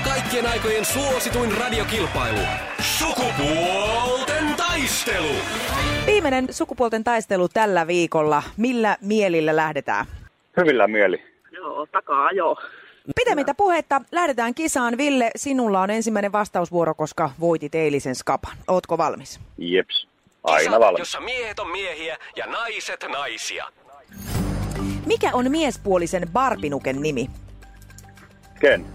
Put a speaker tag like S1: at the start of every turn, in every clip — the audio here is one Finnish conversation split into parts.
S1: kaikkien aikojen suosituin radiokilpailu. Sukupuolten taistelu.
S2: Viimeinen sukupuolten taistelu tällä viikolla. Millä mielillä lähdetään?
S3: Hyvillä mieli.
S4: Joo, takaa joo.
S2: Pitemmittä puhetta, lähdetään kisaan. Ville, sinulla on ensimmäinen vastausvuoro, koska voitit eilisen skapan. Ootko valmis?
S3: Jeps. Aina valmis.
S1: jossa miehet on miehiä ja naiset naisia.
S2: Mikä on miespuolisen barbinuken nimi?
S3: Ken.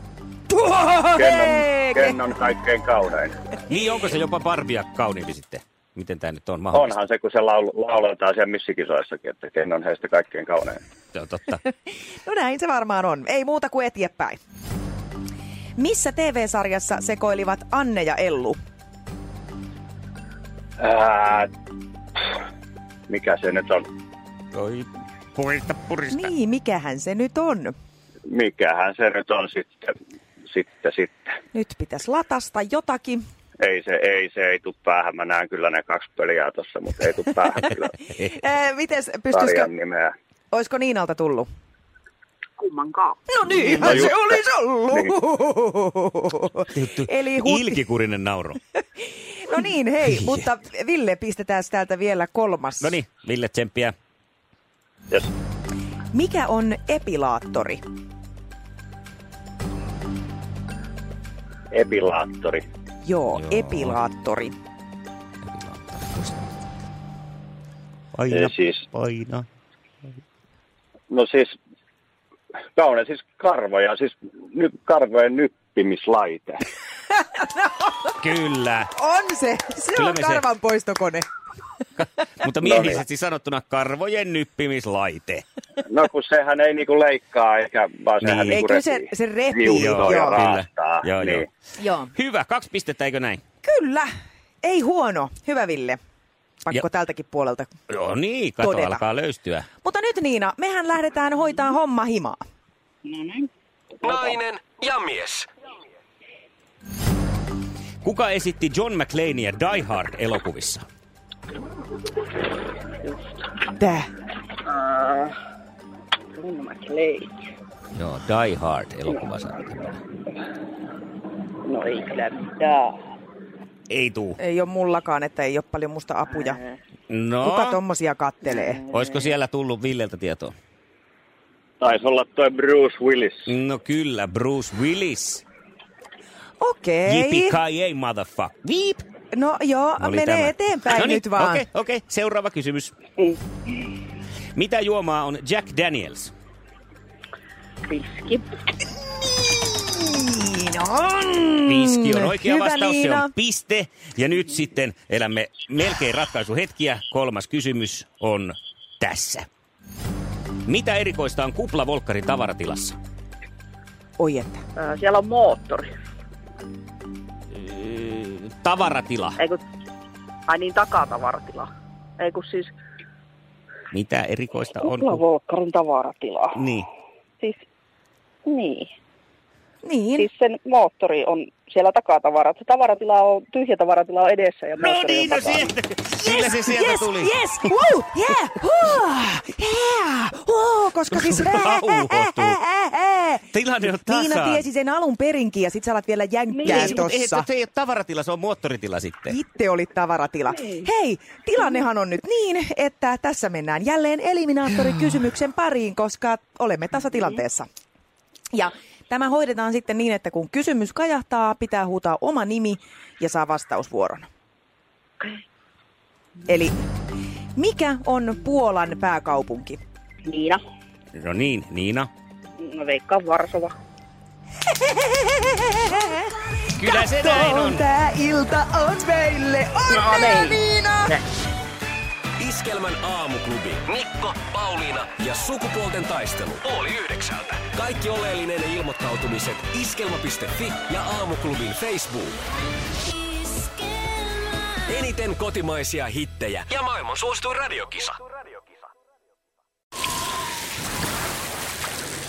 S3: Ken on,
S2: Hei!
S3: Ken on kaikkein kaunein.
S5: Niin onko se jopa Barbia kauniimpi sitten? Miten tämä nyt on mahdollista?
S3: Onhan se, kun se laul- lauletaan siellä missikisoissakin, että Ken on heistä kaikkein kaunein.
S5: Se on totta.
S2: No näin se varmaan on. Ei muuta kuin eteenpäin. Missä TV-sarjassa sekoilivat Anne ja Ellu?
S3: Ää, mikä se nyt on?
S5: Oi, purista, purista.
S2: Niin, mikähän se nyt on?
S3: Mikähän se nyt on sitten? Sitten, sitten.
S2: Nyt pitäisi latasta jotakin.
S3: Ei se, ei se, ei tuu päähän. Mä näen kyllä ne kaksi peliä tuossa, mutta ei tuu päähän kyllä
S2: Ää, Eh, mites, pystyisikö,
S3: sarjan nimeä.
S2: olisiko Niinalta tullut?
S4: Kummankaan.
S2: No niin, no
S3: just.
S2: se olisi ollut.
S5: Niin.
S2: Eli huti.
S5: Ilkikurinen nauru.
S2: No niin, hei, mutta Ville pistetään täältä vielä kolmas.
S5: No niin, Ville Tsemppiä.
S3: Yes.
S2: Mikä on epilaattori?
S3: Epilaattori.
S2: Joo,
S5: Joo.
S2: epilaattori.
S5: Aina,
S3: Ei siis.
S5: aina.
S3: No siis, kaunein siis karvoja, siis ny, karvojen nyppimislaite.
S5: Kyllä.
S2: On se, se
S5: Kyllä
S2: on
S5: me se-
S2: karvan poistokone.
S5: Mutta
S3: No niin.
S5: miehisesti sanottuna karvojen nyppimislaite.
S3: No kun sehän ei niinku leikkaa, eikä vaan sehän
S5: Niin.
S3: niin. niinku
S2: Ei, kyllä se- se repii,
S3: Joo, ja
S2: joo.
S3: raastaa.
S5: Kyllä. Joo,
S3: niin.
S5: joo.
S2: Joo.
S5: Hyvä, kaksi pistettä, eikö näin?
S2: Kyllä, ei huono. Hyvä Ville. Pakko
S5: Ja-
S2: tältäkin puolelta.
S5: No niin, kato,
S2: Todella.
S5: alkaa löystyä.
S2: Mutta nyt Niina, mehän lähdetään hoitaa homma himaa.
S1: Nainen ja mies.
S5: Kuka esitti John McLeania Die Hard-elokuvissa?
S2: Tää.
S4: Bruno McLean.
S5: Joo, Die Hard-elokuvasarja.
S4: No ei kyllä mitään.
S5: Ei tuu.
S2: Ei ole mullakaan, että ei ole paljon musta apuja.
S5: No,
S2: Kuka tommosia kattelee?
S5: olisiko siellä tullut Villeltä tietoa?
S3: Taisi olla toi Bruce Willis.
S5: No kyllä, Bruce Willis.
S2: Okei.
S5: Yippee-ki-yay, motherfucker. Viip!
S2: No joo,
S5: Oli
S2: menee
S5: tämä.
S2: eteenpäin
S5: Noniin,
S2: nyt vaan.
S5: Okei, okay, okei. Okay. Seuraava kysymys. Mitä juomaa on Jack Daniels?
S4: Piski.
S2: Niin on.
S5: Viski on oikea
S2: Hyvä,
S5: vastaus,
S2: Niina.
S5: se on piste. Ja nyt sitten elämme melkein ratkaisuhetkiä. Kolmas kysymys on tässä. Mitä erikoista on kuplavolkkarin tavaratilassa?
S2: Oi että.
S4: Äh, siellä on moottori.
S5: Tavaratila.
S4: Ei kun... Ai niin, takatavaratila. Ei kun siis...
S5: Mitä erikoista on? ku-
S4: Kuplavolkkarin tavaratila.
S5: Niin.
S4: Siis... Niin.
S2: Niin.
S4: Siis sen moottori on siellä takatavarat. Se tavaratila on, tyhjä tavaratila on edessä ja
S5: No
S4: moottori
S5: niin,
S4: on
S5: no
S4: takana.
S5: sieltä. Kyllä se sieltä
S2: yes,
S5: tuli.
S2: Yes, woo, yeah, woo, yeah, woo, koska siis...
S5: Nauhoituu. Tilanne on tasan.
S2: Niina tiesi sen alun perinkin ja sit sä alat vielä jänkkää
S5: Niin. Ei, mutta ei,
S2: tossa.
S5: se ei ole tavaratila, se on moottoritila sitten.
S2: Itse oli tavaratila. Hei, tilannehan on nyt niin, että tässä mennään jälleen eliminaattorikysymyksen pariin, koska olemme tasatilanteessa. Ja tämä hoidetaan sitten niin, että kun kysymys kajahtaa, pitää huutaa oma nimi ja saa vastausvuoron. Eli mikä on Puolan pääkaupunki?
S4: Niina.
S5: No niin, Niina.
S4: Mä veikkaan Varsova.
S5: Kyllä se näin on.
S2: Tää ilta on meille. Onnea,
S4: No niin.
S2: Niina!
S1: Iskelmän aamuklubi. Mikko, Pauliina ja sukupuolten taistelu. Oli yhdeksältä. Kaikki oleellinen ilmoittautumiset iskelma.fi ja aamuklubin Facebook. Eniten kotimaisia hittejä ja maailman suosituin radiokisa.